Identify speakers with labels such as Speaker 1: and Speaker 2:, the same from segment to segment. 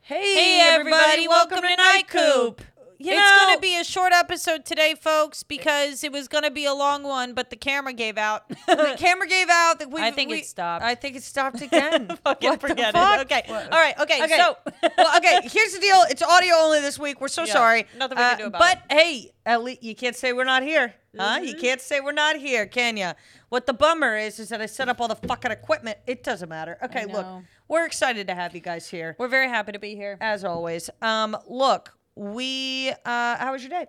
Speaker 1: Hey,
Speaker 2: Hey, everybody, welcome to Night Coop.
Speaker 1: You
Speaker 2: it's
Speaker 1: know,
Speaker 2: going to be a short episode today, folks, because it was going to be a long one, but the camera gave out.
Speaker 1: the camera gave out. That we
Speaker 2: I think it
Speaker 1: we-
Speaker 2: stopped.
Speaker 1: I think it stopped again.
Speaker 2: Fucking
Speaker 1: What the
Speaker 2: forget
Speaker 1: fuck?
Speaker 2: it. Okay. All right. Okay.
Speaker 1: Okay.
Speaker 2: So,
Speaker 1: well, okay. Here's the deal. It's audio only this week. We're so
Speaker 2: Yeah,
Speaker 1: sorry. Uh,
Speaker 2: nothing we can do about
Speaker 1: but hey, at least you can't say we're not here. Huh?
Speaker 2: Mm-hmm.
Speaker 1: You can't say we're not here, can you? What the bummer is is that I set up all the fucking equipment. It doesn't matter. Okay, look,
Speaker 2: know.
Speaker 1: we're excited to have you guys here
Speaker 2: we're very happy to be here.
Speaker 1: as always. Um, look, we. Uh, how was your day?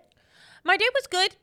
Speaker 2: My day was good.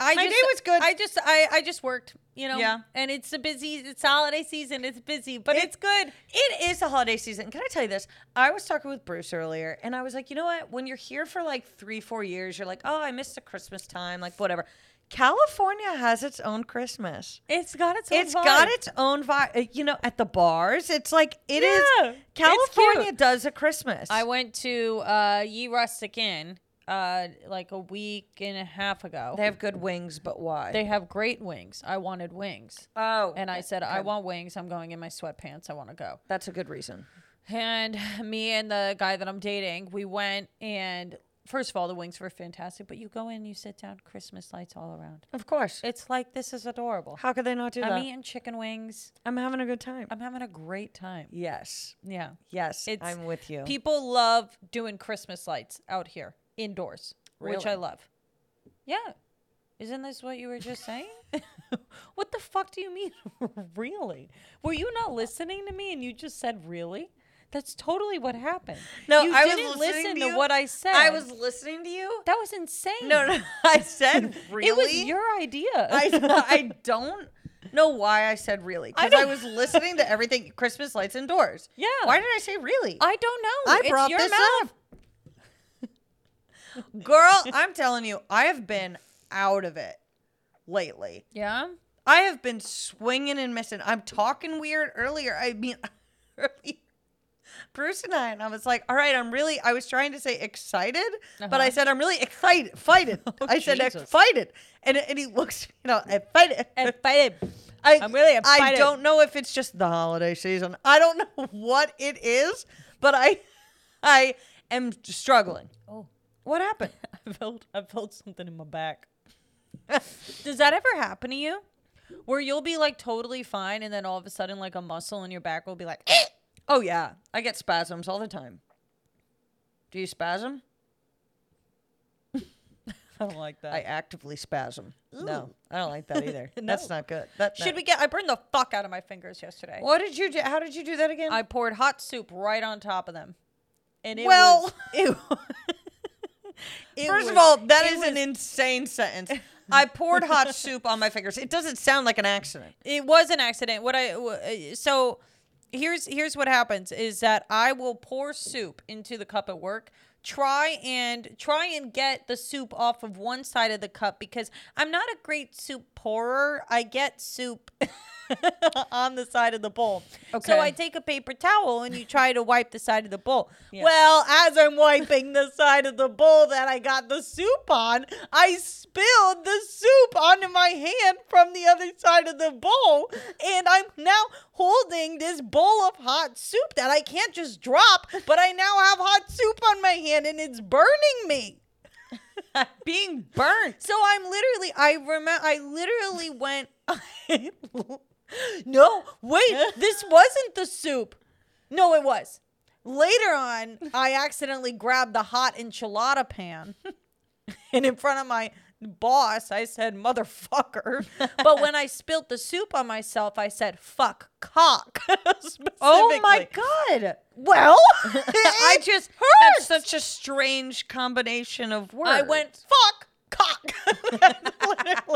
Speaker 1: I
Speaker 2: My
Speaker 1: just-
Speaker 2: day was good.
Speaker 1: I
Speaker 2: just I I just worked, you know.
Speaker 1: Yeah.
Speaker 2: And it's a busy it's holiday season. It's busy, but
Speaker 1: It-
Speaker 2: it's good.
Speaker 1: It is the holiday season. Can I tell you this? I was talking with Bruce earlier, and I was like, you know what? When you're here for like three, four years, you're like, oh, I missed the Christmas time, like whatever. California has its own Christmas.
Speaker 2: It's got its own
Speaker 1: It's
Speaker 2: vibe.
Speaker 1: got its own vibe. You know, at the bars, it's like it is.
Speaker 2: Yeah, it's
Speaker 1: California
Speaker 2: cute.
Speaker 1: does a Christmas.
Speaker 2: I went to uh Ye Rustic Inn uh like a week and a half ago.
Speaker 1: they have good wings, but why?
Speaker 2: They have great wings. I wanted wings.
Speaker 1: oh,
Speaker 2: And I said, I
Speaker 1: good.
Speaker 2: want wings. I'm going in my sweatpants. I want to go.
Speaker 1: That's a good reason.
Speaker 2: And me and the guy that I'm dating, we went and first of all, the wings were fantastic. But you go in, you sit down, Christmas lights all around.
Speaker 1: Of course.
Speaker 2: It's like this is adorable.
Speaker 1: How could they not do that?
Speaker 2: I'm eating chicken wings.
Speaker 1: I'm having a good time.
Speaker 2: I'm having a great time.
Speaker 1: yes,
Speaker 2: Yeah.
Speaker 1: yes,
Speaker 2: It's-
Speaker 1: I'm with you.
Speaker 2: People love doing Christmas lights out here indoors, which I
Speaker 1: Really?
Speaker 2: love. Yeah. Isn't this what you were just saying? what the fuck do you mean? really? Were you not listening to me and you just said really? That's totally what happened.
Speaker 1: No,
Speaker 2: you
Speaker 1: I was
Speaker 2: didn't
Speaker 1: listening
Speaker 2: listen
Speaker 1: to
Speaker 2: to,
Speaker 1: you.
Speaker 2: what I said.
Speaker 1: I was listening to you.
Speaker 2: That was insane.
Speaker 1: No, no, I said really.
Speaker 2: It was your idea.
Speaker 1: I, I don't know why I said really
Speaker 2: I
Speaker 1: because I,
Speaker 2: don't-
Speaker 1: was listening to everything Christmas lights indoors.
Speaker 2: Yeah.
Speaker 1: Why did I say really?
Speaker 2: I don't know.
Speaker 1: I
Speaker 2: It's
Speaker 1: brought
Speaker 2: your
Speaker 1: this
Speaker 2: mouth.
Speaker 1: up. Girl, I'm telling you, I have been out of it lately.
Speaker 2: Yeah.
Speaker 1: I have been swinging and missing. I'm talking weird earlier. I mean, earlier. Bruce and I, and I was like, all right, I'm really, I was trying to say excited, but I
Speaker 2: Uh-huh.
Speaker 1: said, I'm really excited, fighted. I said,
Speaker 2: Jesus.
Speaker 1: excited. And, and he looks, you know, I fight it.
Speaker 2: And fight it.
Speaker 1: I,
Speaker 2: I'm really
Speaker 1: I
Speaker 2: excited.
Speaker 1: don't know if it's just the holiday season. I don't know what it is, but I, I am struggling.
Speaker 2: Oh.
Speaker 1: What happened?
Speaker 2: I felt I felt something in my back. Does that ever happen to you? Where you'll be like totally fine and then all of a sudden like a muscle in your back will be like "Eh."
Speaker 1: Oh yeah, I get spasms all the time. Do you spasm?
Speaker 2: I don't like that.
Speaker 1: I actively spasm. No,
Speaker 2: Ooh.
Speaker 1: I don't like that either. That's
Speaker 2: No.
Speaker 1: not good. That
Speaker 2: Should we get I burned the fuck out of my fingers yesterday.
Speaker 1: What did you do? How did you do that again?
Speaker 2: I poured hot soup right on top of them. And it
Speaker 1: well,
Speaker 2: was, it
Speaker 1: first of
Speaker 2: was-
Speaker 1: all, that
Speaker 2: it
Speaker 1: is an
Speaker 2: was-
Speaker 1: insane sentence. I poured hot soup on my fingers. It doesn't sound like an accident.
Speaker 2: it was an accident. What I w- uh, so here's here's what happens is that I will pour soup into the cup at work. Try and try and get the soup off of one side of the cup because I'm not a great soup pourer. I get soup on the side of the bowl.
Speaker 1: Okay.
Speaker 2: So I take a paper towel and you try to wipe the side of the bowl.
Speaker 1: Yeah.
Speaker 2: Well, as I'm wiping the side of the bowl that I got the soup on, I spilled the soup onto my hand from the other side of the bowl. And I'm now holding this bowl of hot soup that I can't just drop, but I now have hot soup on my hand and it's burning me.
Speaker 1: Being burnt.
Speaker 2: So I'm literally, I remember, I literally went, no, wait, this wasn't the soup. No, it was. Later on, I accidentally grabbed the hot enchilada pan. And in front of my boss, I said, motherfucker. But when I spilled the soup on myself, I said, fuck, cock.
Speaker 1: Oh my
Speaker 2: specifically.
Speaker 1: god.
Speaker 2: Well,
Speaker 1: I
Speaker 2: it
Speaker 1: just that's
Speaker 2: hurts.
Speaker 1: such a strange combination of words.
Speaker 2: I went fuck cock. literally,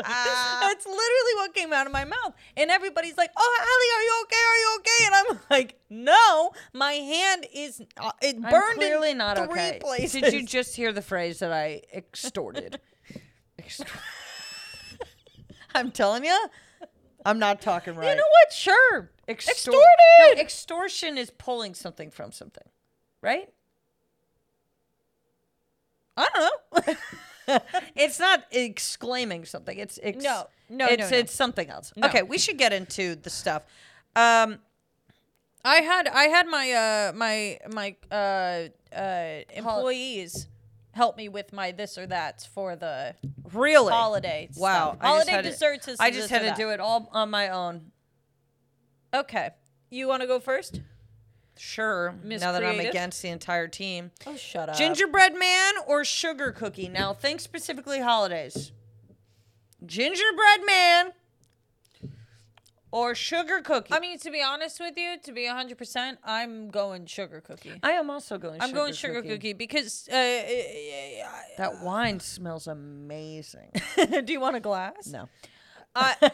Speaker 2: that's literally what came out of my mouth, and everybody's like, "Oh, Allie, are you okay? Are you okay?" And I'm like, "No, my hand is uh, it burned
Speaker 1: I'm clearly
Speaker 2: in
Speaker 1: not
Speaker 2: three
Speaker 1: okay.
Speaker 2: places."
Speaker 1: Did you just hear the phrase that I extorted? Extor- I'm telling you, I'm not talking right.
Speaker 2: You know what? Sure.
Speaker 1: Extor-
Speaker 2: Extorted.
Speaker 1: No, extortion is pulling something from something, right?
Speaker 2: I don't know.
Speaker 1: It's not exclaiming something. It's ex-
Speaker 2: No, no, no,
Speaker 1: It's
Speaker 2: no.
Speaker 1: it's something else.
Speaker 2: No.
Speaker 1: Okay, we should get into the stuff. Um,
Speaker 2: I had I had my uh my my uh uh employees help me with my this or that for the
Speaker 1: Really?
Speaker 2: holiday.
Speaker 1: Wow, I
Speaker 2: stuff.
Speaker 1: just
Speaker 2: holiday
Speaker 1: had to-
Speaker 2: desserts. is
Speaker 1: I just
Speaker 2: this
Speaker 1: had
Speaker 2: or
Speaker 1: to
Speaker 2: that.
Speaker 1: do it all on my own.
Speaker 2: Okay, you want to go first?
Speaker 1: Sure.
Speaker 2: Miss
Speaker 1: now that I'm
Speaker 2: Creative?
Speaker 1: against the entire team.
Speaker 2: Oh, shut
Speaker 1: Uh,
Speaker 2: up.
Speaker 1: Gingerbread man or sugar cookie? Now think specifically holidays. Gingerbread man or sugar cookie?
Speaker 2: I mean, to be honest with you, to be 100%, I'm going sugar cookie.
Speaker 1: I am also going.
Speaker 2: I'm going sugar cookie, because uh, I-
Speaker 1: That wine smells amazing.
Speaker 2: I- do you want a glass?
Speaker 1: No.
Speaker 2: I,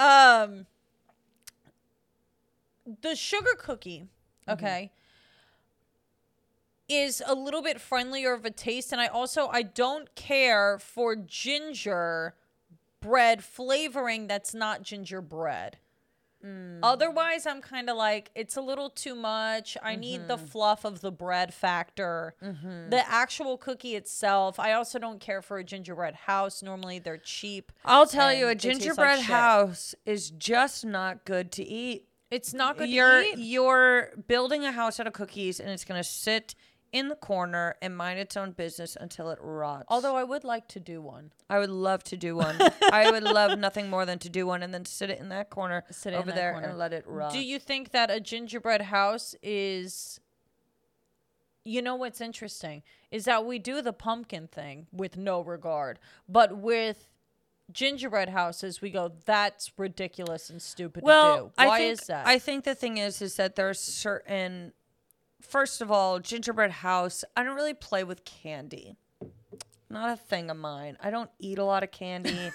Speaker 2: um, the sugar cookie, okay, is a little bit friendlier of a taste, and I also I don't care for ginger bread flavoring that's not gingerbread. Otherwise, I'm kind of like it's a little too much. I need the fluff of the bread factor. The actual cookie itself, I also don't care for a gingerbread house. Normally, they're cheap.
Speaker 1: I'll tell you, a
Speaker 2: And they taste like
Speaker 1: gingerbread
Speaker 2: shit.
Speaker 1: house is just not good to eat.
Speaker 2: It's not good
Speaker 1: you're
Speaker 2: to eat.
Speaker 1: you're building a house out of cookies, and it's gonna sit in the corner and mind its own business until it rots.
Speaker 2: Although I would like to do one.
Speaker 1: I would love to do one. I would love nothing more than to do one and then sit it in that corner
Speaker 2: Sit it in
Speaker 1: over
Speaker 2: that
Speaker 1: there
Speaker 2: corner.
Speaker 1: and let it rot.
Speaker 2: Do you think that a gingerbread house is you know what's interesting is that we do the pumpkin thing with no regard, but with gingerbread houses we go that's ridiculous and stupid to do.
Speaker 1: well,
Speaker 2: Why
Speaker 1: I think,
Speaker 2: is that?
Speaker 1: I think the thing is, is that there's certain. First of all, gingerbread house. I don't really play with candy. Not a thing of mine. I don't eat a lot of candy.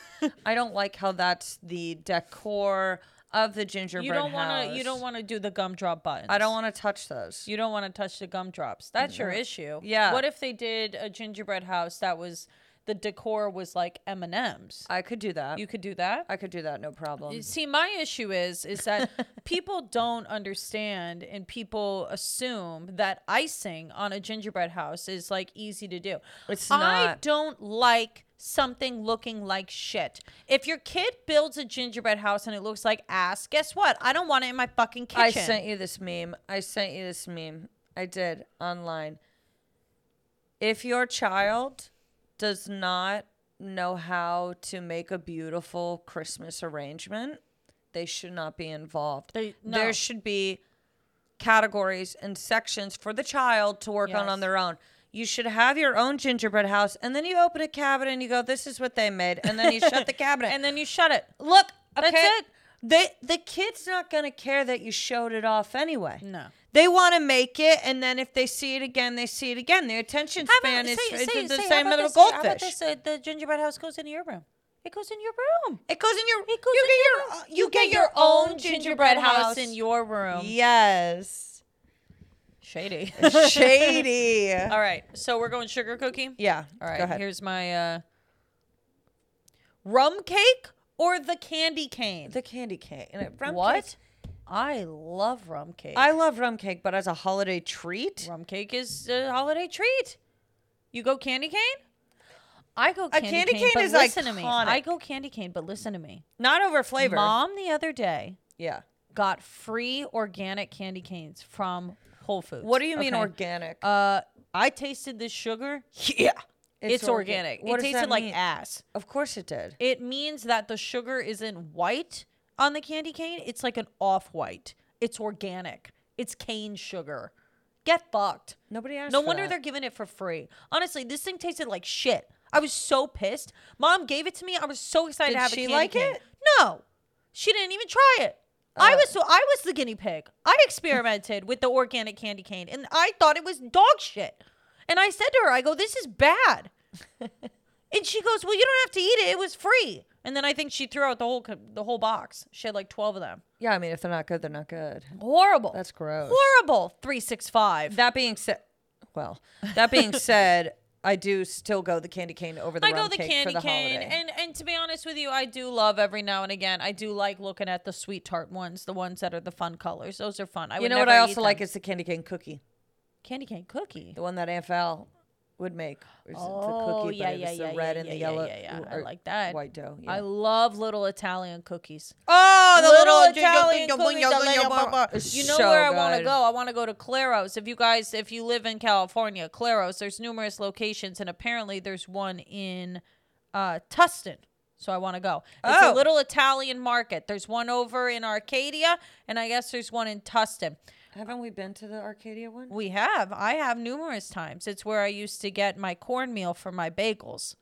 Speaker 1: I don't like how that's the decor of the gingerbread
Speaker 2: you don't
Speaker 1: house.
Speaker 2: want to you don't want to do the gumdrop buttons.
Speaker 1: I don't want to touch those.
Speaker 2: you don't want to touch the gumdrops. That's your issue.
Speaker 1: Yeah.
Speaker 2: What if they did a gingerbread house that was the decor was like M&Ms?
Speaker 1: I could do that.
Speaker 2: You could do that?
Speaker 1: I could do that, no problem.
Speaker 2: See, my issue is is that people don't understand and people assume that icing on a gingerbread house is like easy to do.
Speaker 1: It's
Speaker 2: I
Speaker 1: not.
Speaker 2: don't like something looking like shit. If your kid builds a gingerbread house and it looks like ass, guess what? I don't want it in my fucking kitchen.
Speaker 1: I sent you this meme. I sent you this meme. I did online. If your child does not know how to make a beautiful Christmas arrangement, they should not be involved.
Speaker 2: They- no.
Speaker 1: There should be categories and sections for the child to work on
Speaker 2: Yes.
Speaker 1: on their own. You should have your own gingerbread house, and then you open a cabinet and you go, "This is what they made," and then you shut the cabinet.
Speaker 2: and then you shut it.
Speaker 1: Look,
Speaker 2: That's
Speaker 1: okay,
Speaker 2: it.
Speaker 1: They the kid's not gonna care that you showed it off anyway.
Speaker 2: No.
Speaker 1: They want to make it, and then if they see it again, they see it again. Their attention
Speaker 2: How
Speaker 1: span
Speaker 2: about-
Speaker 1: is,
Speaker 2: say-
Speaker 1: is
Speaker 2: say-
Speaker 1: the
Speaker 2: say, how
Speaker 1: same as
Speaker 2: about
Speaker 1: a
Speaker 2: this- how about
Speaker 1: goldfish.
Speaker 2: this, uh, the gingerbread house goes in your room. It goes in your room.
Speaker 1: it goes in your.
Speaker 2: It goes
Speaker 1: you
Speaker 2: in
Speaker 1: get
Speaker 2: your
Speaker 1: your.
Speaker 2: room.
Speaker 1: uh, You, get, your, own gingerbread house
Speaker 2: in your room.
Speaker 1: Yes.
Speaker 2: Shady.
Speaker 1: Shady.
Speaker 2: All right. So we're going sugar cookie.
Speaker 1: yeah.
Speaker 2: All right.
Speaker 1: Go ahead.
Speaker 2: Here's my uh, rum cake or the candy cane.
Speaker 1: the candy cake. And it- rum
Speaker 2: what?
Speaker 1: cake-
Speaker 2: I love rum cake.
Speaker 1: I love rum cake, but as a holiday treat,
Speaker 2: rum cake is a holiday treat. You go candy cane. I go candy,
Speaker 1: candy
Speaker 2: cane,
Speaker 1: cane
Speaker 2: but
Speaker 1: is
Speaker 2: listen to me.
Speaker 1: iconic.
Speaker 2: I go candy cane, but listen to me.
Speaker 1: not over flavor.
Speaker 2: Mom the other day
Speaker 1: Yeah.
Speaker 2: got free organic candy canes from Whole Foods.
Speaker 1: What do you mean
Speaker 2: okay?
Speaker 1: organic?
Speaker 2: Uh, I tasted this sugar.
Speaker 1: yeah.
Speaker 2: It's,
Speaker 1: orga-
Speaker 2: organic.
Speaker 1: What does
Speaker 2: it tasted
Speaker 1: that
Speaker 2: like
Speaker 1: mean?
Speaker 2: ass.
Speaker 1: Of course it did.
Speaker 2: It means that the sugar isn't white on the candy cane. It's like an off white. It's organic. It's cane sugar. Get fucked.
Speaker 1: Nobody asked.
Speaker 2: No
Speaker 1: for
Speaker 2: wonder
Speaker 1: that.
Speaker 2: they're giving it for free. Honestly, this thing tasted like shit. I was so pissed. Mom gave it to me. I was so excited
Speaker 1: Did
Speaker 2: to have a
Speaker 1: she
Speaker 2: candy
Speaker 1: like
Speaker 2: cane.
Speaker 1: it?
Speaker 2: No, she didn't even try it. I
Speaker 1: Uh.
Speaker 2: was so I was the guinea pig. I experimented with the organic candy cane, and I thought it was dog shit. And I said to her, "I go, this is bad." and she goes, "Well, you don't have to eat it. It was free." And then I think she threw out the whole co- the whole box. She had like twelve of them.
Speaker 1: Yeah, I mean, if they're not good, they're not good.
Speaker 2: Horrible.
Speaker 1: That's gross.
Speaker 2: horrible. Three six five.
Speaker 1: That being said, well, that being said, I do still go the candy cane over the
Speaker 2: I go
Speaker 1: rum
Speaker 2: the
Speaker 1: cake
Speaker 2: candy
Speaker 1: for the
Speaker 2: cane,
Speaker 1: holiday.
Speaker 2: and and to be honest with you, I do love every now and again. I do like looking at the sweet tart ones, the ones that are the fun colors. Those are fun. I
Speaker 1: you
Speaker 2: would
Speaker 1: know what
Speaker 2: never
Speaker 1: I
Speaker 2: eat
Speaker 1: also
Speaker 2: them.
Speaker 1: like is the candy cane cookie,
Speaker 2: candy cane cookie.
Speaker 1: the one that AFL would make. Or is it
Speaker 2: Oh,
Speaker 1: the cookie,
Speaker 2: yeah,
Speaker 1: but it
Speaker 2: yeah,
Speaker 1: was the
Speaker 2: yeah,
Speaker 1: red
Speaker 2: yeah,
Speaker 1: and the
Speaker 2: yeah, yeah,
Speaker 1: yellow.
Speaker 2: yeah, yeah. I
Speaker 1: or
Speaker 2: like that.
Speaker 1: White dough.
Speaker 2: I
Speaker 1: yeah.
Speaker 2: love little Italian cookies.
Speaker 1: oh,
Speaker 2: the little, Italian cookies that lay up- up-
Speaker 1: It's
Speaker 2: You know
Speaker 1: so
Speaker 2: where I want to
Speaker 1: good.
Speaker 2: go? I want to go to Claros. If you guys, if you live in California, Claros, there's numerous locations, and apparently there's one in uh, Tustin. So I want to go. It's
Speaker 1: Oh.
Speaker 2: a little Italian market. There's one over in Arcadia, and I guess there's one in Tustin.
Speaker 1: Haven't we been to the Arcadia one?
Speaker 2: We have. I have numerous times. It's where I used to get my cornmeal for my bagels.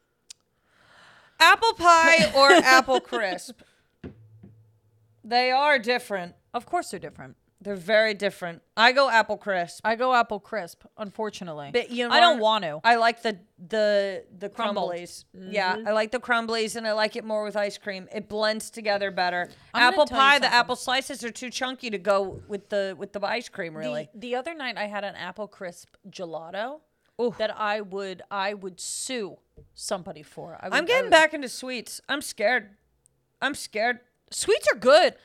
Speaker 1: Apple pie or apple crisp? They are different.
Speaker 2: Of course, they're different.
Speaker 1: They're very different. I go apple crisp.
Speaker 2: I go apple crisp, unfortunately.
Speaker 1: But you know
Speaker 2: I don't
Speaker 1: what?
Speaker 2: want to.
Speaker 1: I like the the the
Speaker 2: Crumbled. Mm-hmm.
Speaker 1: crumblies. Yeah, I like the crumblies, and I like it more with ice cream. It blends together better.
Speaker 2: I'm gonna
Speaker 1: apple
Speaker 2: tell you
Speaker 1: pie, the
Speaker 2: something.
Speaker 1: apple slices are too chunky to go with the with the ice cream. Really,
Speaker 2: The, the other night I had an apple crisp gelato
Speaker 1: Oof.
Speaker 2: that I would I would sue somebody for. I would,
Speaker 1: I'm
Speaker 2: I
Speaker 1: getting
Speaker 2: would-
Speaker 1: back into sweets. I'm scared. I'm scared.
Speaker 2: Sweets are good.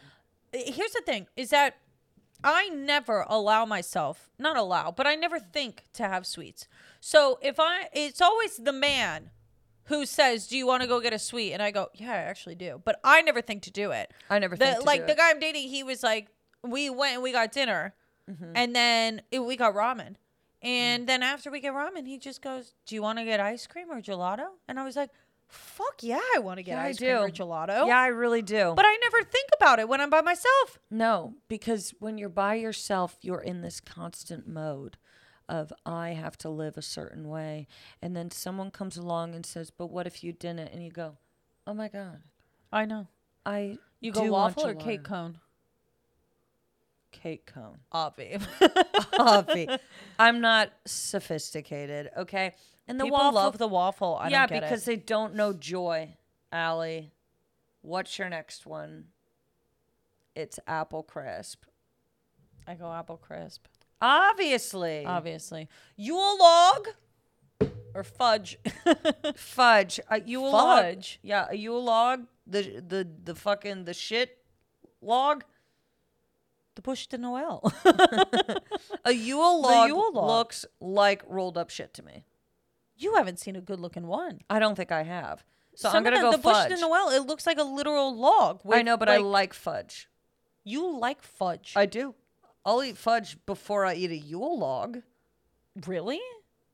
Speaker 2: Uh, Here's the thing: is that I never allow myself not allow, but I never think to have sweets. So if I, it's always the man who says, "Do you want to go get a sweet?" And I go, "Yeah, I actually do," but I never think to do it.
Speaker 1: I never
Speaker 2: the
Speaker 1: think to
Speaker 2: like
Speaker 1: do
Speaker 2: the
Speaker 1: it.
Speaker 2: guy I'm dating, he was like, we went and we got dinner, and then it, we got ramen, and then after we get ramen, he just goes, "Do you want to get ice cream or gelato?" And I was like, "Fuck yeah, I want to get
Speaker 1: Yeah, I
Speaker 2: ice cream or
Speaker 1: do.
Speaker 2: gelato."
Speaker 1: Yeah, I really do.
Speaker 2: but I never think about it when I'm by myself.
Speaker 1: No, because when you're by yourself, you're in this constant mode of I have to live a certain way. And then someone comes along and says, "But what if you didn't?" And you go, "Oh my god,
Speaker 2: I know.
Speaker 1: I
Speaker 2: You go
Speaker 1: do want
Speaker 2: waffle or
Speaker 1: gelato."
Speaker 2: cake cone?
Speaker 1: cake cone,
Speaker 2: Obvi.
Speaker 1: coffee. I'm not sophisticated, okay? And the
Speaker 2: People
Speaker 1: waffle,
Speaker 2: love the waffle. I
Speaker 1: yeah,
Speaker 2: don't get
Speaker 1: because
Speaker 2: it.
Speaker 1: they don't know joy. Allie, what's your next one? It's apple crisp,
Speaker 2: I go apple crisp.
Speaker 1: obviously.
Speaker 2: Obviously, Yule log or fudge.
Speaker 1: Fudge. A Yule
Speaker 2: Fudge?
Speaker 1: log. Yeah, a Yule log. The the the fucking the shit log.
Speaker 2: the bush to Noel.
Speaker 1: A Yule log,
Speaker 2: Yule log.
Speaker 1: looks like rolled up shit to me.
Speaker 2: You haven't seen a good looking one.
Speaker 1: I don't think I have. So I'm
Speaker 2: Some of
Speaker 1: gonna
Speaker 2: them-
Speaker 1: go
Speaker 2: the
Speaker 1: fudge.
Speaker 2: bush to Noel. It looks like a literal log.
Speaker 1: I
Speaker 2: with,
Speaker 1: know, but I
Speaker 2: like-
Speaker 1: like fudge.
Speaker 2: you like fudge.
Speaker 1: I do. I'll eat fudge before I eat a Yule log.
Speaker 2: really?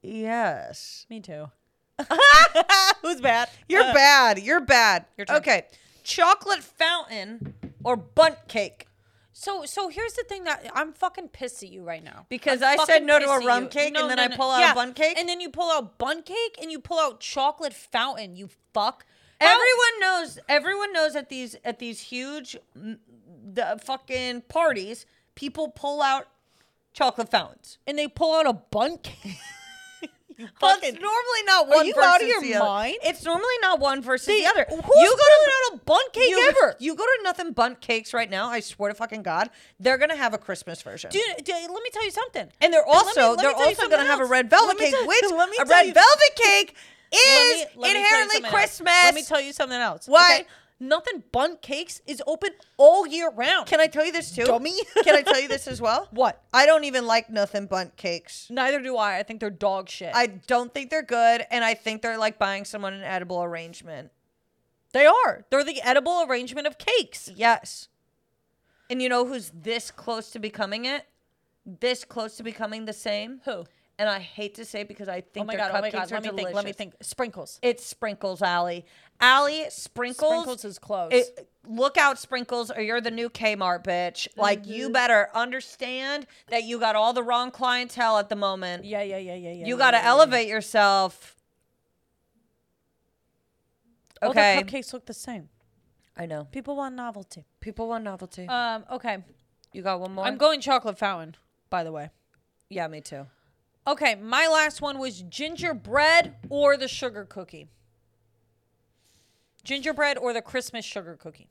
Speaker 1: Yes.
Speaker 2: Me too. Who's bad?
Speaker 1: You're
Speaker 2: Uh,
Speaker 1: bad. You're bad.
Speaker 2: your turn.
Speaker 1: Okay. Chocolate fountain or bunt cake.
Speaker 2: So so here's the thing that I'm fucking pissed at you right now.
Speaker 1: Because
Speaker 2: I'm
Speaker 1: I said
Speaker 2: fucking
Speaker 1: no to
Speaker 2: pissed
Speaker 1: a
Speaker 2: at
Speaker 1: rum
Speaker 2: you.
Speaker 1: cake, and then I pull out a bun cake?
Speaker 2: And then you pull out bun cake and you pull out chocolate fountain, you fuck. How-
Speaker 1: Everyone knows. Everyone knows at these at these huge, mm, the fucking parties, people pull out chocolate fountains.
Speaker 2: and they pull out a bun cake. you
Speaker 1: But
Speaker 2: fucking
Speaker 1: it's normally not
Speaker 2: Are
Speaker 1: one.
Speaker 2: you out of
Speaker 1: versus
Speaker 2: your
Speaker 1: the other.
Speaker 2: mind?
Speaker 1: It's normally not one versus the other.
Speaker 2: Who's
Speaker 1: you go to
Speaker 2: pulling out a bun cake
Speaker 1: you,
Speaker 2: ever?
Speaker 1: You go to nothing bunt cakes right now. I swear to fucking god, they're gonna have a Christmas version.
Speaker 2: Dude, dude, let me tell you something.
Speaker 1: and they're
Speaker 2: let me-
Speaker 1: also
Speaker 2: let me
Speaker 1: they're
Speaker 2: tell you
Speaker 1: also
Speaker 2: something
Speaker 1: gonna have a
Speaker 2: else.
Speaker 1: red velvet
Speaker 2: Let me
Speaker 1: cake,
Speaker 2: tell-
Speaker 1: which
Speaker 2: let me
Speaker 1: a
Speaker 2: tell
Speaker 1: red
Speaker 2: you-
Speaker 1: velvet cake
Speaker 2: Let
Speaker 1: is
Speaker 2: me- let me tell you
Speaker 1: inherently
Speaker 2: something else.
Speaker 1: Christmas.
Speaker 2: Let me tell you something else.
Speaker 1: Why?
Speaker 2: Nothing bun cakes is open all year round.
Speaker 1: Can I tell you this too?
Speaker 2: Dummy.
Speaker 1: Can I tell you this as well?
Speaker 2: What?
Speaker 1: I don't even like nothing bunt cakes.
Speaker 2: Neither do I. I think they're dog shit.
Speaker 1: I don't think they're good, and I think they're like buying someone an edible arrangement.
Speaker 2: they are. They're the edible arrangement of cakes.
Speaker 1: Yes. And you know who's this close to becoming it? This close to becoming the same?
Speaker 2: Who?
Speaker 1: And I hate to say it because I think
Speaker 2: Oh my
Speaker 1: their
Speaker 2: god! Oh my
Speaker 1: cupcakes
Speaker 2: god!
Speaker 1: are
Speaker 2: Let me
Speaker 1: delicious.
Speaker 2: think. Let me think. Sprinkles.
Speaker 1: It's sprinkles, Allie. Allie, sprinkles.
Speaker 2: Sprinkles is close.
Speaker 1: It, look out, sprinkles, or you're the new Kmart bitch. Like you
Speaker 2: Mm-hmm.
Speaker 1: better understand that you got all the wrong clientele at the moment.
Speaker 2: yeah, yeah, yeah, yeah, yeah.
Speaker 1: You
Speaker 2: yeah,
Speaker 1: got to
Speaker 2: yeah,
Speaker 1: elevate yourself.
Speaker 2: yeah.
Speaker 1: Okay.
Speaker 2: All Oh, the cupcakes look the same.
Speaker 1: I know.
Speaker 2: People want novelty.
Speaker 1: People want novelty.
Speaker 2: Um. Okay.
Speaker 1: you got one more?
Speaker 2: I'm going chocolate fountain. By the way.
Speaker 1: yeah, me too.
Speaker 2: Okay. My last one was gingerbread or the sugar cookie. Gingerbread or the Christmas sugar cookie.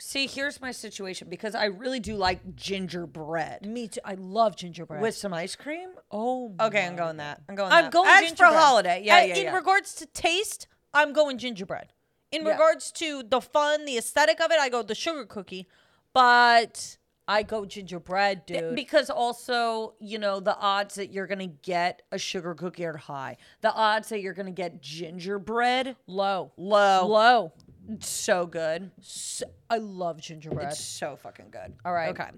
Speaker 1: See, here's my situation because I really do like gingerbread
Speaker 2: Me too. I love gingerbread.
Speaker 1: with some ice cream.
Speaker 2: oh.
Speaker 1: Okay, I'm going that. I'm going.
Speaker 2: I'm
Speaker 1: that.
Speaker 2: going
Speaker 1: That's
Speaker 2: gingerbread.
Speaker 1: for holiday. Yeah,
Speaker 2: Uh,
Speaker 1: yeah,
Speaker 2: In
Speaker 1: yeah.
Speaker 2: regards to taste, I'm going gingerbread. In
Speaker 1: Yeah.
Speaker 2: regards to the fun, the aesthetic of it, I go the sugar cookie. But I go gingerbread, dude.
Speaker 1: Because also, you know, the odds that you're gonna get a sugar cookie are high. The odds that you're gonna get gingerbread,
Speaker 2: low,
Speaker 1: low.
Speaker 2: low.
Speaker 1: So good.
Speaker 2: So, I love gingerbread.
Speaker 1: It's so fucking good.
Speaker 2: All right.
Speaker 1: Okay.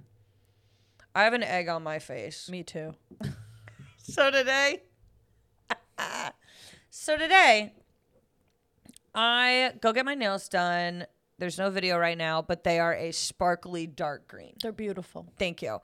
Speaker 1: I have an egg on my face.
Speaker 2: Me too.
Speaker 1: So today, so today, I go get my nails done. There's no video right now, but they are a sparkly dark green.
Speaker 2: They're beautiful.
Speaker 1: Thank you.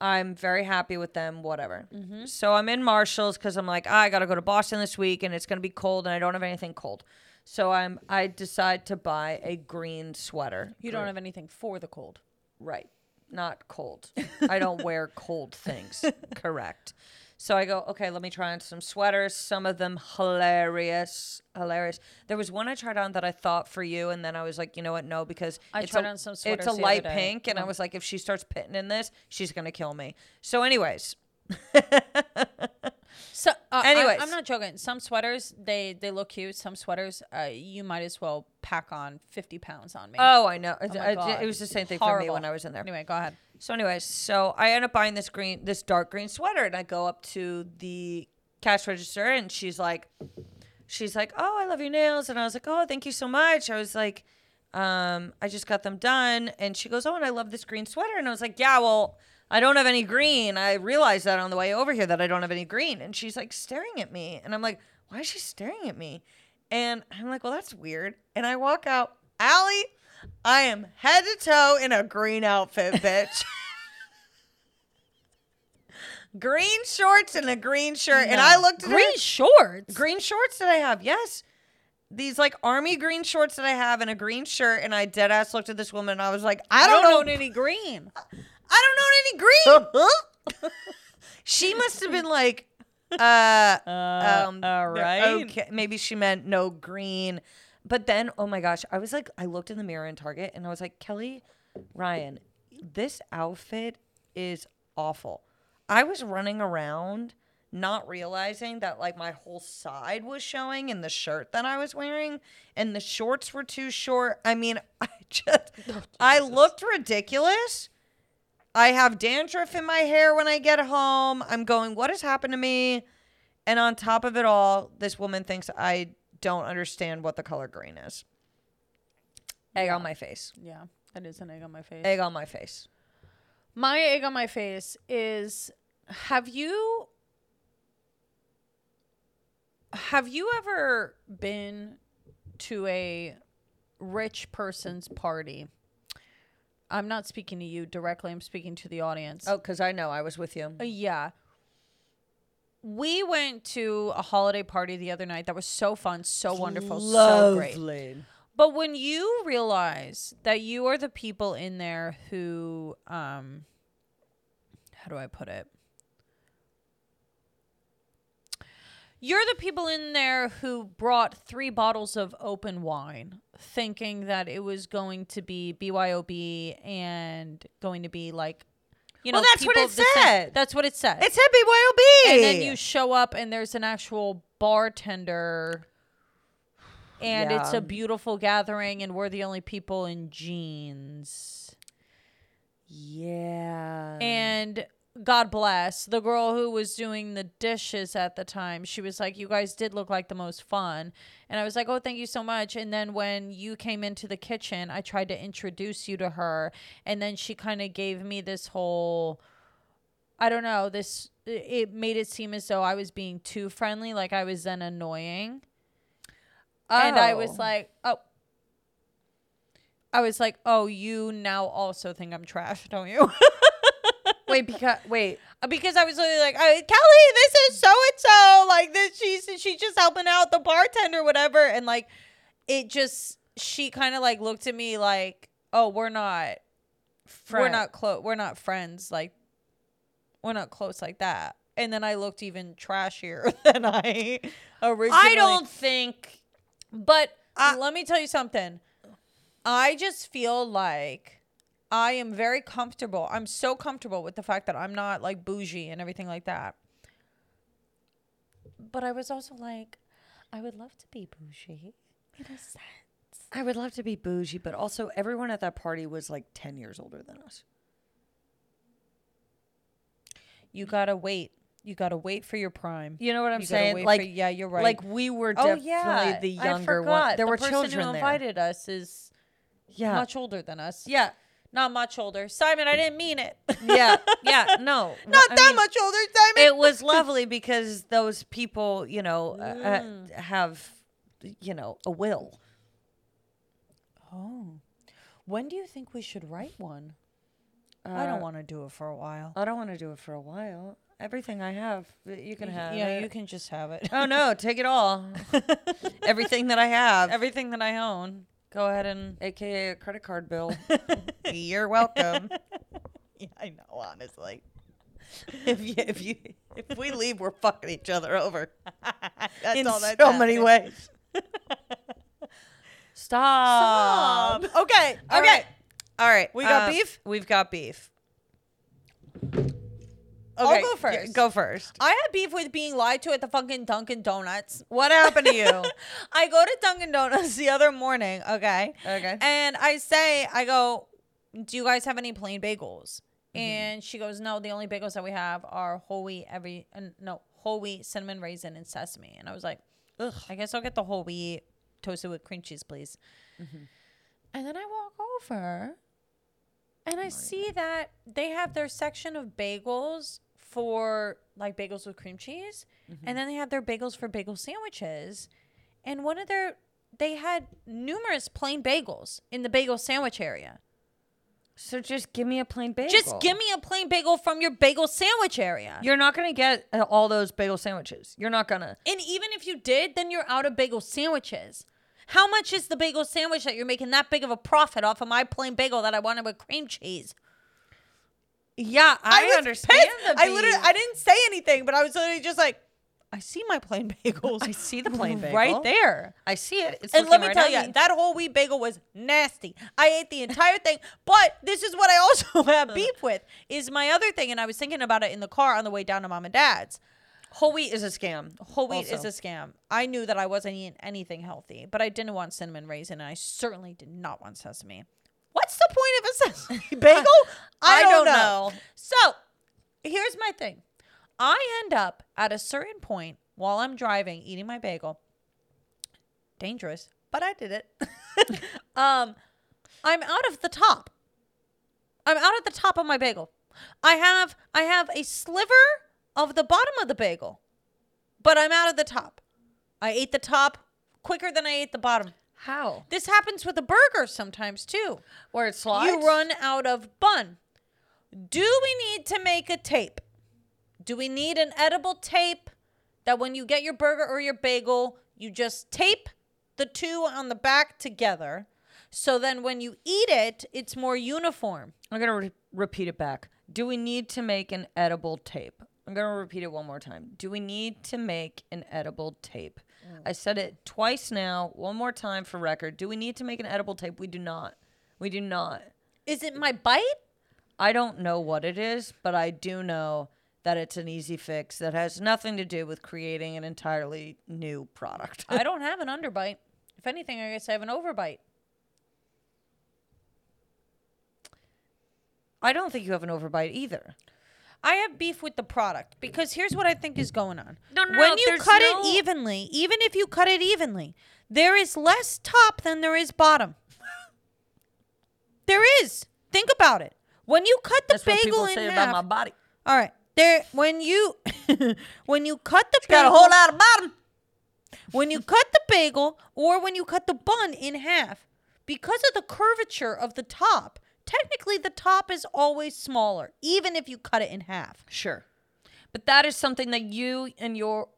Speaker 1: I'm very happy with them, whatever.
Speaker 2: Mm-hmm.
Speaker 1: So I'm in Marshall's because I'm like, "Ah, I got to go to Boston this week and it's going to be cold and I don't have anything cold. So I'm I decide to buy a green sweater.
Speaker 2: You don't have anything for the cold.
Speaker 1: Right. Not cold. I don't wear cold things. Correct. So I go, okay, let me try on some sweaters. Some of them hilarious. Hilarious. There was one I tried on that I thought for you, and then I was like, you know what? No, because
Speaker 2: I
Speaker 1: it's
Speaker 2: tried
Speaker 1: a,
Speaker 2: on some
Speaker 1: It's a
Speaker 2: sweaters the other
Speaker 1: light
Speaker 2: day. Uh-huh.
Speaker 1: pink, and I was like, if she starts pitting in this, she's gonna kill me. So, anyways,
Speaker 2: So, uh, anyway,
Speaker 1: Anyways.
Speaker 2: I'm not joking. Some sweaters they they look cute. Some sweaters uh, you might as well pack on 50 pounds on me.
Speaker 1: oh, I know.
Speaker 2: my
Speaker 1: I-
Speaker 2: God.
Speaker 1: it was the same thing for me
Speaker 2: Horrible.
Speaker 1: when I was in there.
Speaker 2: Anyway, go ahead.
Speaker 1: So, anyways, so I end up buying this green, this dark green sweater, and I go up to the cash register, and she's like, she's like, "Oh, I love your nails," and I was like, "Oh, thank you so much." I was like, um, "I just got them done," and she goes, "Oh, and I love this green sweater," and I was like, "Yeah, well." I don't have any green. I realized that on the way over here that I don't have any green. And she's like staring at me. And I'm like, why is she staring at me? And I'm like, well, that's weird. And I walk out, Allie, I am head to toe in a green outfit, bitch. green shorts and a green shirt. And I
Speaker 2: No.
Speaker 1: looked at her-
Speaker 2: green shorts.
Speaker 1: green shorts that I have. Yes. These like army green shorts that I have and a green shirt. And I dead ass looked at this woman and I was like, I
Speaker 2: I
Speaker 1: don't,
Speaker 2: don't,
Speaker 1: know.
Speaker 2: own any green.
Speaker 1: I don't own any green. she must have been like, uh, um,
Speaker 2: all
Speaker 1: no,
Speaker 2: right.
Speaker 1: Okay. Maybe she meant no green. But then, oh my gosh, I was like, I looked in the mirror in Target and I was like, Kelly Ryan, this outfit is awful. I was running around not realizing that like my whole side was showing in the shirt that I was wearing and the shorts were too short. I mean, I just I looked ridiculous. I have dandruff in my hair when I get home. I'm going, what has happened to me? And on top of it all, this woman thinks I don't understand what the color green is. Egg on my face.
Speaker 2: Yeah, that is an egg on my face.
Speaker 1: Egg on my face.
Speaker 2: Eh, My egg on my face is have you have you ever been to a rich person's party? I'm not speaking to you directly, I'm speaking to the audience.
Speaker 1: Oh, because I know I was with you.
Speaker 2: Uh, yeah. We went to a holiday party the other night that was so fun, so wonderful, so great. But when you realize that you are the people in there who, um, how do I put it? You're the people in there who brought three bottles of open wine, thinking that it was going to be BYOB and going to be like, you know,
Speaker 1: Well, that's what
Speaker 2: people
Speaker 1: it
Speaker 2: of the same-
Speaker 1: said.
Speaker 2: That's what it said.
Speaker 1: It's at BYOB.
Speaker 2: and then you show up and there's an actual bartender and it's
Speaker 1: Yeah.
Speaker 2: a beautiful gathering and we're the only people in jeans
Speaker 1: yeah.
Speaker 2: and god bless the girl who was doing the dishes at the time she was like you guys did look like the most fun and i was like oh thank you so much and then when you came into the kitchen i tried to introduce you to her and then she kind of gave me this whole I don't know, this it- it made it seem as though I was being too friendly, like I was then annoying. And I was like, "Oh. I was like, "Oh, you now also think I'm trash, don't you?"
Speaker 1: wait, because wait,
Speaker 2: Uh, because I was literally like, oh, "Kelly, this is so and so, like this she's she's just helping out the bartender whatever." And like it just she kind of like looked at me like, "Oh, we're not we're
Speaker 1: friend-
Speaker 2: not close we're not friends like we're not close like that and then i looked even trashier than i originally
Speaker 1: I don't think.
Speaker 2: but
Speaker 1: I-
Speaker 2: let me tell you something i just feel like i am very comfortable i'm so comfortable with the fact that i'm not like bougie and everything like that but i was also like i would love to be bougie in a sense
Speaker 1: I would love to be bougie, but also everyone at that party was like ten years older than us. You gotta wait.
Speaker 2: You gotta wait for your prime.
Speaker 1: You know what I'm
Speaker 2: You gotta wait
Speaker 1: saying?
Speaker 2: for-
Speaker 1: Like,
Speaker 2: yeah, you're right.
Speaker 1: Like we were
Speaker 2: Oh,
Speaker 1: definitely
Speaker 2: yeah.
Speaker 1: the
Speaker 2: I
Speaker 1: younger
Speaker 2: forgot.
Speaker 1: one. There
Speaker 2: The
Speaker 1: were
Speaker 2: person
Speaker 1: children
Speaker 2: who
Speaker 1: there.
Speaker 2: invited us is
Speaker 1: Yeah.
Speaker 2: much older than us.
Speaker 1: yeah.
Speaker 2: Not much older. Simon, I didn't mean it.
Speaker 1: Yeah. Yeah. No. Wha-
Speaker 2: Not
Speaker 1: I
Speaker 2: that
Speaker 1: mean,
Speaker 2: much older, Simon.
Speaker 1: It was lovely because those people, you know, uh,
Speaker 2: Mm.
Speaker 1: uh, have, you know, a will.
Speaker 2: oh. When do you think we should write one? I
Speaker 1: Uh,
Speaker 2: don't want to do it for a while.
Speaker 1: I don't want to do it for a while. Everything I have, you can have.
Speaker 2: yeah,
Speaker 1: it.
Speaker 2: you can just have it.
Speaker 1: Oh no, take it all. Everything that I have,
Speaker 2: Everything that I own. Go ahead and.
Speaker 1: aka a credit card bill. You're welcome.
Speaker 2: Yeah, I know, honestly. if you, if you if we leave, we're fucking each other over. That's
Speaker 1: In
Speaker 2: all that's
Speaker 1: so many
Speaker 2: happening.
Speaker 1: ways. Stop.
Speaker 2: Um, okay.
Speaker 1: All
Speaker 2: okay.
Speaker 1: right. All right.
Speaker 2: We got beef?
Speaker 1: We've got beef.
Speaker 2: I'll
Speaker 1: Okay,
Speaker 2: go
Speaker 1: y-
Speaker 2: first.
Speaker 1: Go first.
Speaker 2: I had beef with being lied to at the fucking Dunkin' Donuts.
Speaker 1: What happened to you?
Speaker 2: I go to Dunkin' Donuts the other morning, okay?
Speaker 1: Okay.
Speaker 2: And I say, I go, do you guys have any plain bagels? And she goes, no, the only bagels that we have are whole wheat, every, uh, no, whole wheat, cinnamon raisin, and sesame. And I was like,
Speaker 1: Ugh.
Speaker 2: I guess I'll get the whole wheat toasted with cream cheese, please. And then I walk over and I see that they have their section of bagels for like bagels with cream cheese. And then they have their bagels for bagel sandwiches. And one of their, they had numerous plain bagels in the bagel sandwich area.
Speaker 1: So just give me a plain bagel.
Speaker 2: Just give me a plain bagel from your bagel sandwich area.
Speaker 1: You're not gonna get uh, all those bagel sandwiches. You're not gonna.
Speaker 2: And even if you did, then you're out of bagel sandwiches. How much is the bagel sandwich that you're making that big of a profit off of my plain bagel that I wanted with cream cheese?
Speaker 1: Yeah, I,
Speaker 2: was
Speaker 1: understand.
Speaker 2: pissed.
Speaker 1: The
Speaker 2: I literally,
Speaker 1: beef.
Speaker 2: I didn't say anything, but I was literally just like, I see my plain bagels.
Speaker 1: I see the plain bagel
Speaker 2: right there.
Speaker 1: I see it. It's
Speaker 2: And
Speaker 1: looking
Speaker 2: let me
Speaker 1: right
Speaker 2: tell
Speaker 1: at
Speaker 2: you, that whole wheat bagel was nasty. I ate the entire thing. But this is what I also have beef with is my other thing, and I was thinking about it in the car on the way down to mom and dad's.
Speaker 1: whole wheat is a scam.
Speaker 2: Whole wheat
Speaker 1: also.
Speaker 2: is a scam. I knew that I wasn't eating anything healthy, but I didn't want cinnamon raisin, and I certainly did not want sesame. What's the point of a sesame bagel? I, don't, know. So here's my thing I end up at a certain point while I'm driving, eating my bagel. Dangerous, but I did it. um, I'm out of the top. I'm out at the top of my bagel. I have I have a sliver of the bottom of the bagel, but I'm out of the top. I ate the top quicker than I ate the bottom.
Speaker 1: How?
Speaker 2: This happens with a burger sometimes too.
Speaker 1: Where it slides?
Speaker 2: You run out of bun. Do we need to make a tape? Do we need an edible tape that when you get your burger or your bagel, you just tape the two on the back together? So then when you eat it, it's more uniform.
Speaker 1: I'm gonna re- repeat it back. Do we need to make an edible tape? I'm gonna repeat it one more time. Do we need to make an edible tape?
Speaker 2: Mm.
Speaker 1: I said it twice now. One more time for record. Do we need to make an edible tape? We do not. We do not.
Speaker 2: Is it my bite?
Speaker 1: I don't know what it is, but I do know that it's an easy fix that has nothing to do with creating an entirely new product.
Speaker 2: I don't have an underbite. If anything, I guess I have an overbite.
Speaker 1: I don't think you have an overbite either.
Speaker 2: I have beef with the product because here's what I think is going on.
Speaker 1: No, no,
Speaker 2: when
Speaker 1: no,
Speaker 2: you
Speaker 1: there's
Speaker 2: cut
Speaker 1: no-
Speaker 2: it evenly, even if you cut it evenly, there is less top than there is bottom. there is. Think about it. When you cut the
Speaker 1: That's what
Speaker 2: bagel
Speaker 1: people
Speaker 2: in
Speaker 1: say
Speaker 2: half,
Speaker 1: about my body.
Speaker 2: all right. There, when you when you cut the
Speaker 1: Got a
Speaker 2: bagel,
Speaker 1: whole lot of bottom.
Speaker 2: when you cut the bagel or when you cut the bun in half, because of the curvature of the top, technically the top is always smaller, even if you cut it in half.
Speaker 1: Sure. But that is something that you and your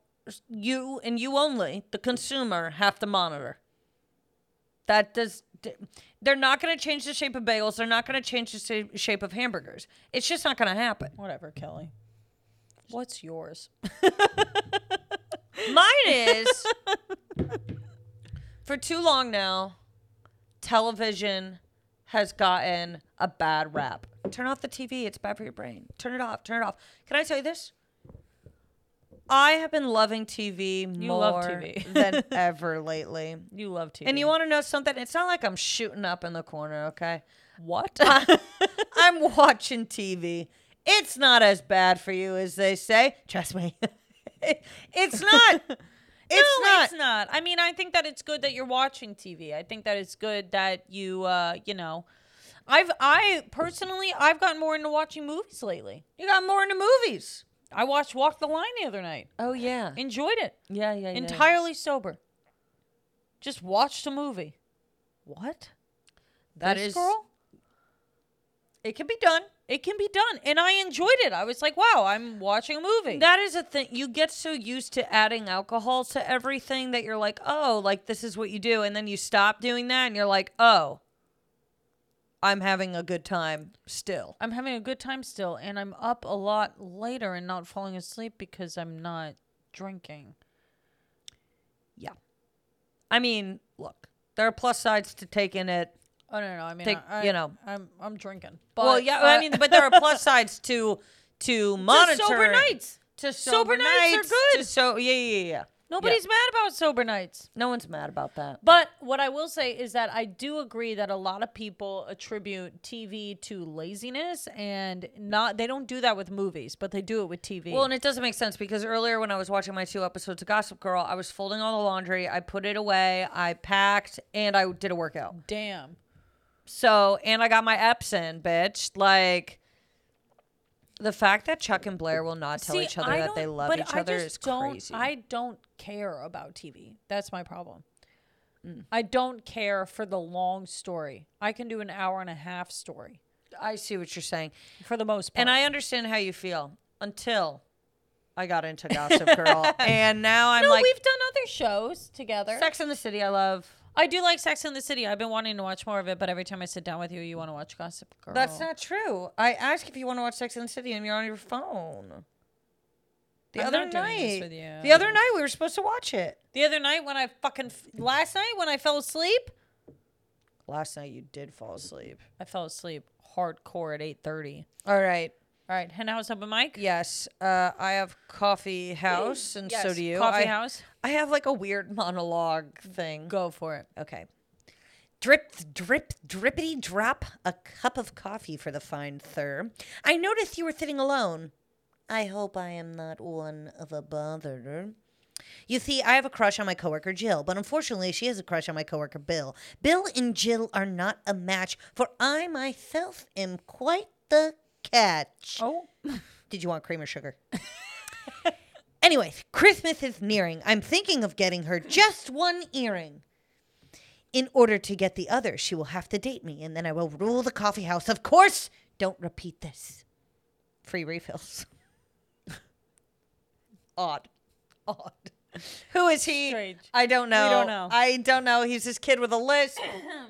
Speaker 1: you and you only, the consumer, have to monitor. That does they're not going to change the shape of bagels. They're not going to change the sa- shape of hamburgers. It's just not going to happen.
Speaker 2: Whatever, Kelly. What's yours?
Speaker 1: Mine is for too long now, television has gotten a bad rap. Turn off the TV, it's bad for your brain. Turn it off, turn it off. Can I tell you this? I have been loving TV more
Speaker 2: love TV.
Speaker 1: than ever lately.
Speaker 2: You love TV.
Speaker 1: And you want to know something? It's not like I'm shooting up in the corner, okay?
Speaker 2: what?
Speaker 1: I'm watching TV It's not as bad for you as they say. Trust me. it's not. it's
Speaker 2: no,
Speaker 1: not.
Speaker 2: it's not. I mean, I think that it's good that you're watching TV. I think that it's good that you, uh, you know, I've I personally I've gotten more into watching movies lately.
Speaker 1: You got more into movies.
Speaker 2: I watched Walk the Line the other night.
Speaker 1: Oh yeah.
Speaker 2: Enjoyed it.
Speaker 1: yeah, yeah, yeah.
Speaker 2: Entirely sober. Just watched a movie. What?
Speaker 1: That
Speaker 2: This
Speaker 1: is-
Speaker 2: girl?
Speaker 1: It can be done.
Speaker 2: It can be done. And I enjoyed it. I was like, wow, I'm watching a movie.
Speaker 1: That is a thing. You get so used to adding alcohol to everything that you're like, oh, like this is what you do. And then you stop doing that and you're like, oh, I'm having a good time still.
Speaker 2: I'm having a good time still, and I'm up a lot later and not falling asleep because I'm not drinking.
Speaker 1: Yeah. I mean, look, there are plus sides to taking it.
Speaker 2: Oh no, no, I mean,
Speaker 1: Take-
Speaker 2: I,
Speaker 1: you know.
Speaker 2: I'm I'm drinking.
Speaker 1: well, yeah, I mean, but there are plus sides to to monitor
Speaker 2: sober nights.
Speaker 1: To
Speaker 2: Sober nights are
Speaker 1: to
Speaker 2: good.
Speaker 1: so yeah, yeah, yeah.
Speaker 2: Nobody's mad about sober nights.
Speaker 1: No one's mad about that.
Speaker 2: But what I will say is that I do agree that a lot of people attribute TV to laziness and not they don't do that with movies, but they do it with TV.
Speaker 1: Well, and it doesn't make sense because earlier when I was watching my two episodes of Gossip Girl, I was folding all the laundry, I put it away, I packed, and I did a workout.
Speaker 2: damn.
Speaker 1: So, and I got my Eps in, bitch. Like the fact that Chuck and Blair will not tell
Speaker 2: See,
Speaker 1: each other
Speaker 2: I
Speaker 1: that they
Speaker 2: don't-
Speaker 1: love
Speaker 2: but
Speaker 1: each
Speaker 2: I
Speaker 1: other
Speaker 2: just
Speaker 1: is
Speaker 2: don't,
Speaker 1: crazy.
Speaker 2: I don't care about TV. That's my problem.
Speaker 1: Mm.
Speaker 2: I don't care for the long story. I can do an hour and a half story
Speaker 1: I see what you're saying.
Speaker 2: for the most part.
Speaker 1: And I understand how you feel until I got into Gossip Girl. and now I'm
Speaker 2: no,
Speaker 1: like,
Speaker 2: we've done other shows together.
Speaker 1: Sex in the City, I love.
Speaker 2: I do like Sex in the City. I've been wanting to watch more of it, but every time I sit down with you, you want to watch Gossip Girl.
Speaker 1: That's not true. I asked if you want to watch Sex in the City and you're on your phone. The
Speaker 2: I'm
Speaker 1: other
Speaker 2: not doing this
Speaker 1: night.
Speaker 2: with you.
Speaker 1: The other night we were supposed to watch it.
Speaker 2: the other night when I fucking f- last night when I fell asleep.
Speaker 1: Last night you did fall asleep.
Speaker 2: I fell asleep hardcore at eight thirty.
Speaker 1: All right.
Speaker 2: All right, Hen House Open Mic.
Speaker 1: Yes. Uh, I have coffee house and so
Speaker 2: Yes,
Speaker 1: do you.
Speaker 2: Coffee
Speaker 1: I,
Speaker 2: House.
Speaker 1: I have like a weird monologue thing.
Speaker 2: Go for it.
Speaker 1: Okay. Drip, drip, drippity drop a cup of coffee for the fine thir. I noticed you were sitting alone. I hope I am not one of a botherer. You see, I have a crush on my coworker Jill, but unfortunately, she has a crush on my coworker Bill. Bill and Jill are not a match, for I myself am quite the catch.
Speaker 2: Oh.
Speaker 1: Did you want cream or sugar? Anyways, Christmas is nearing. I'm thinking of getting her just one earring. In order to get the other, she will have to date me, and then I will rule the coffee house. Of course, don't repeat this. Free refills. Odd. Odd. Who is he?
Speaker 2: Strange.
Speaker 1: I don't know.
Speaker 2: don't know.
Speaker 1: I don't know. He's this kid with a list,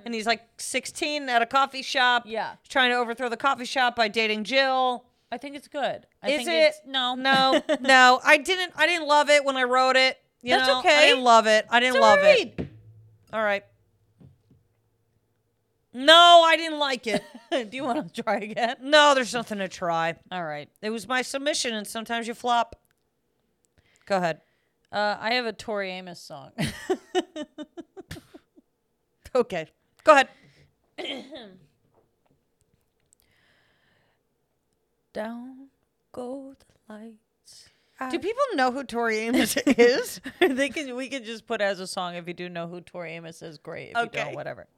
Speaker 1: and he's like 16 at a coffee shop.
Speaker 2: Yeah.
Speaker 1: Trying to overthrow the coffee shop by dating Jill.
Speaker 2: I think it's good. I
Speaker 1: Is
Speaker 2: think
Speaker 1: it?
Speaker 2: It's, no,
Speaker 1: No, no, I didn't. I didn't love it when I wrote it. You
Speaker 2: That's
Speaker 1: know, I
Speaker 2: okay.
Speaker 1: didn't love it. I didn't love it. All right. No, I didn't like it.
Speaker 2: Do you want to try again?
Speaker 1: No, there's nothing to try.
Speaker 2: All right.
Speaker 1: It was my submission, and sometimes you flop. Go ahead.
Speaker 2: Uh, I have a Tori Amos song.
Speaker 1: Okay. Go ahead.
Speaker 2: Down go the lights.
Speaker 1: Do people know who Tori Amos is?
Speaker 2: they can. We can just put as a song if you do know who Tori Amos is. Great. If you
Speaker 1: Okay.
Speaker 2: don't, whatever.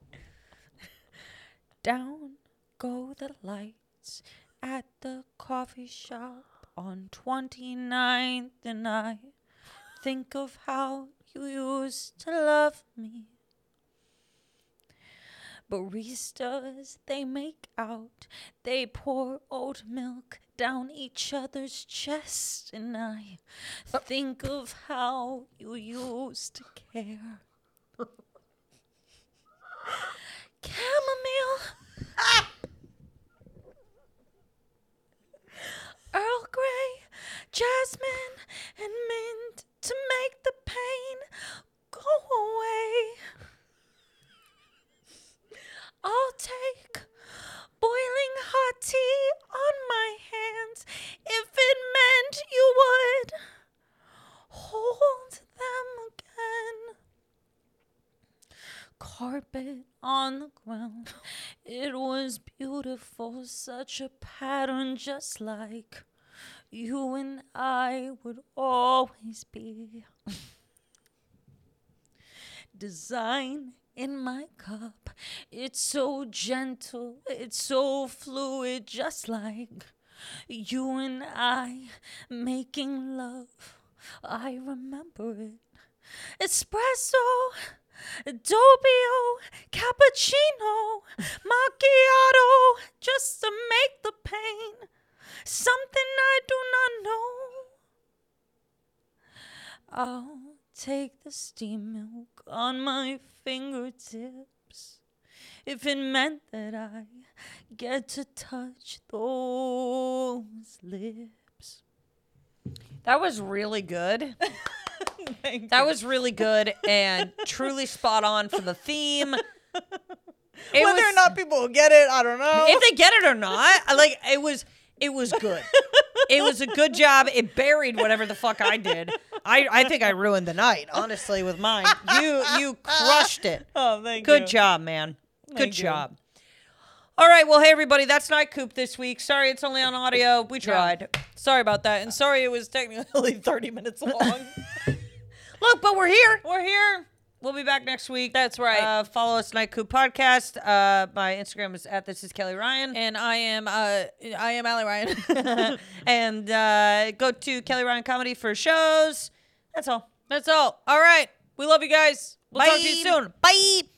Speaker 2: Down go the lights at the coffee shop on 29th, and I think of how you used to love me. Baristas, they make out. They pour oat milk down each other's chest, and I think of how you used to care. Chamomile. Earl Grey, jasmine, and mint to make the pain go away. I'll take boiling hot tea on my hands if it meant you would hold them again. Carpet on the ground It was beautiful, such a pattern just like you and I would always be. Design in my cup, it's so gentle, it's so fluid, just like you and I making love. I remember it. Espresso, Dobio, cappuccino, macchiato, just to make the pain something I do not know. I'll take the steam milk on my fingertips if it meant that I get to touch those lips. That was really good.
Speaker 1: Thank
Speaker 2: That
Speaker 1: you.
Speaker 2: was really good and truly spot on for the theme. It
Speaker 1: Whether or
Speaker 2: was-
Speaker 1: not people will get it, I don't know.
Speaker 2: if they get it or not, I like it was it was good. It was a good job. It buried whatever the fuck I did. I, I think I ruined the night, honestly, with mine. You you crushed it.
Speaker 1: oh, thank
Speaker 2: Good
Speaker 1: you.
Speaker 2: job, man. Good
Speaker 1: Thank you.
Speaker 2: job. All right, well, hey everybody, that's Night Coop this week. Sorry it's only on audio. We tried.
Speaker 1: Sorry about that, and sorry it was technically 30 minutes long.
Speaker 2: Look, but we're here.
Speaker 1: We're here.
Speaker 2: We'll be back next week.
Speaker 1: That's right.
Speaker 2: Uh, follow us Night Coop podcast. Uh, my Instagram is at this is Kelly Ryan.
Speaker 1: And I am, uh, I am Allie Ryan.
Speaker 2: and uh, go to Kelly Ryan Comedy for shows. That's all.
Speaker 1: That's all. All right. We love you guys. We'll talk to you
Speaker 2: Bye.
Speaker 1: soon. Bye.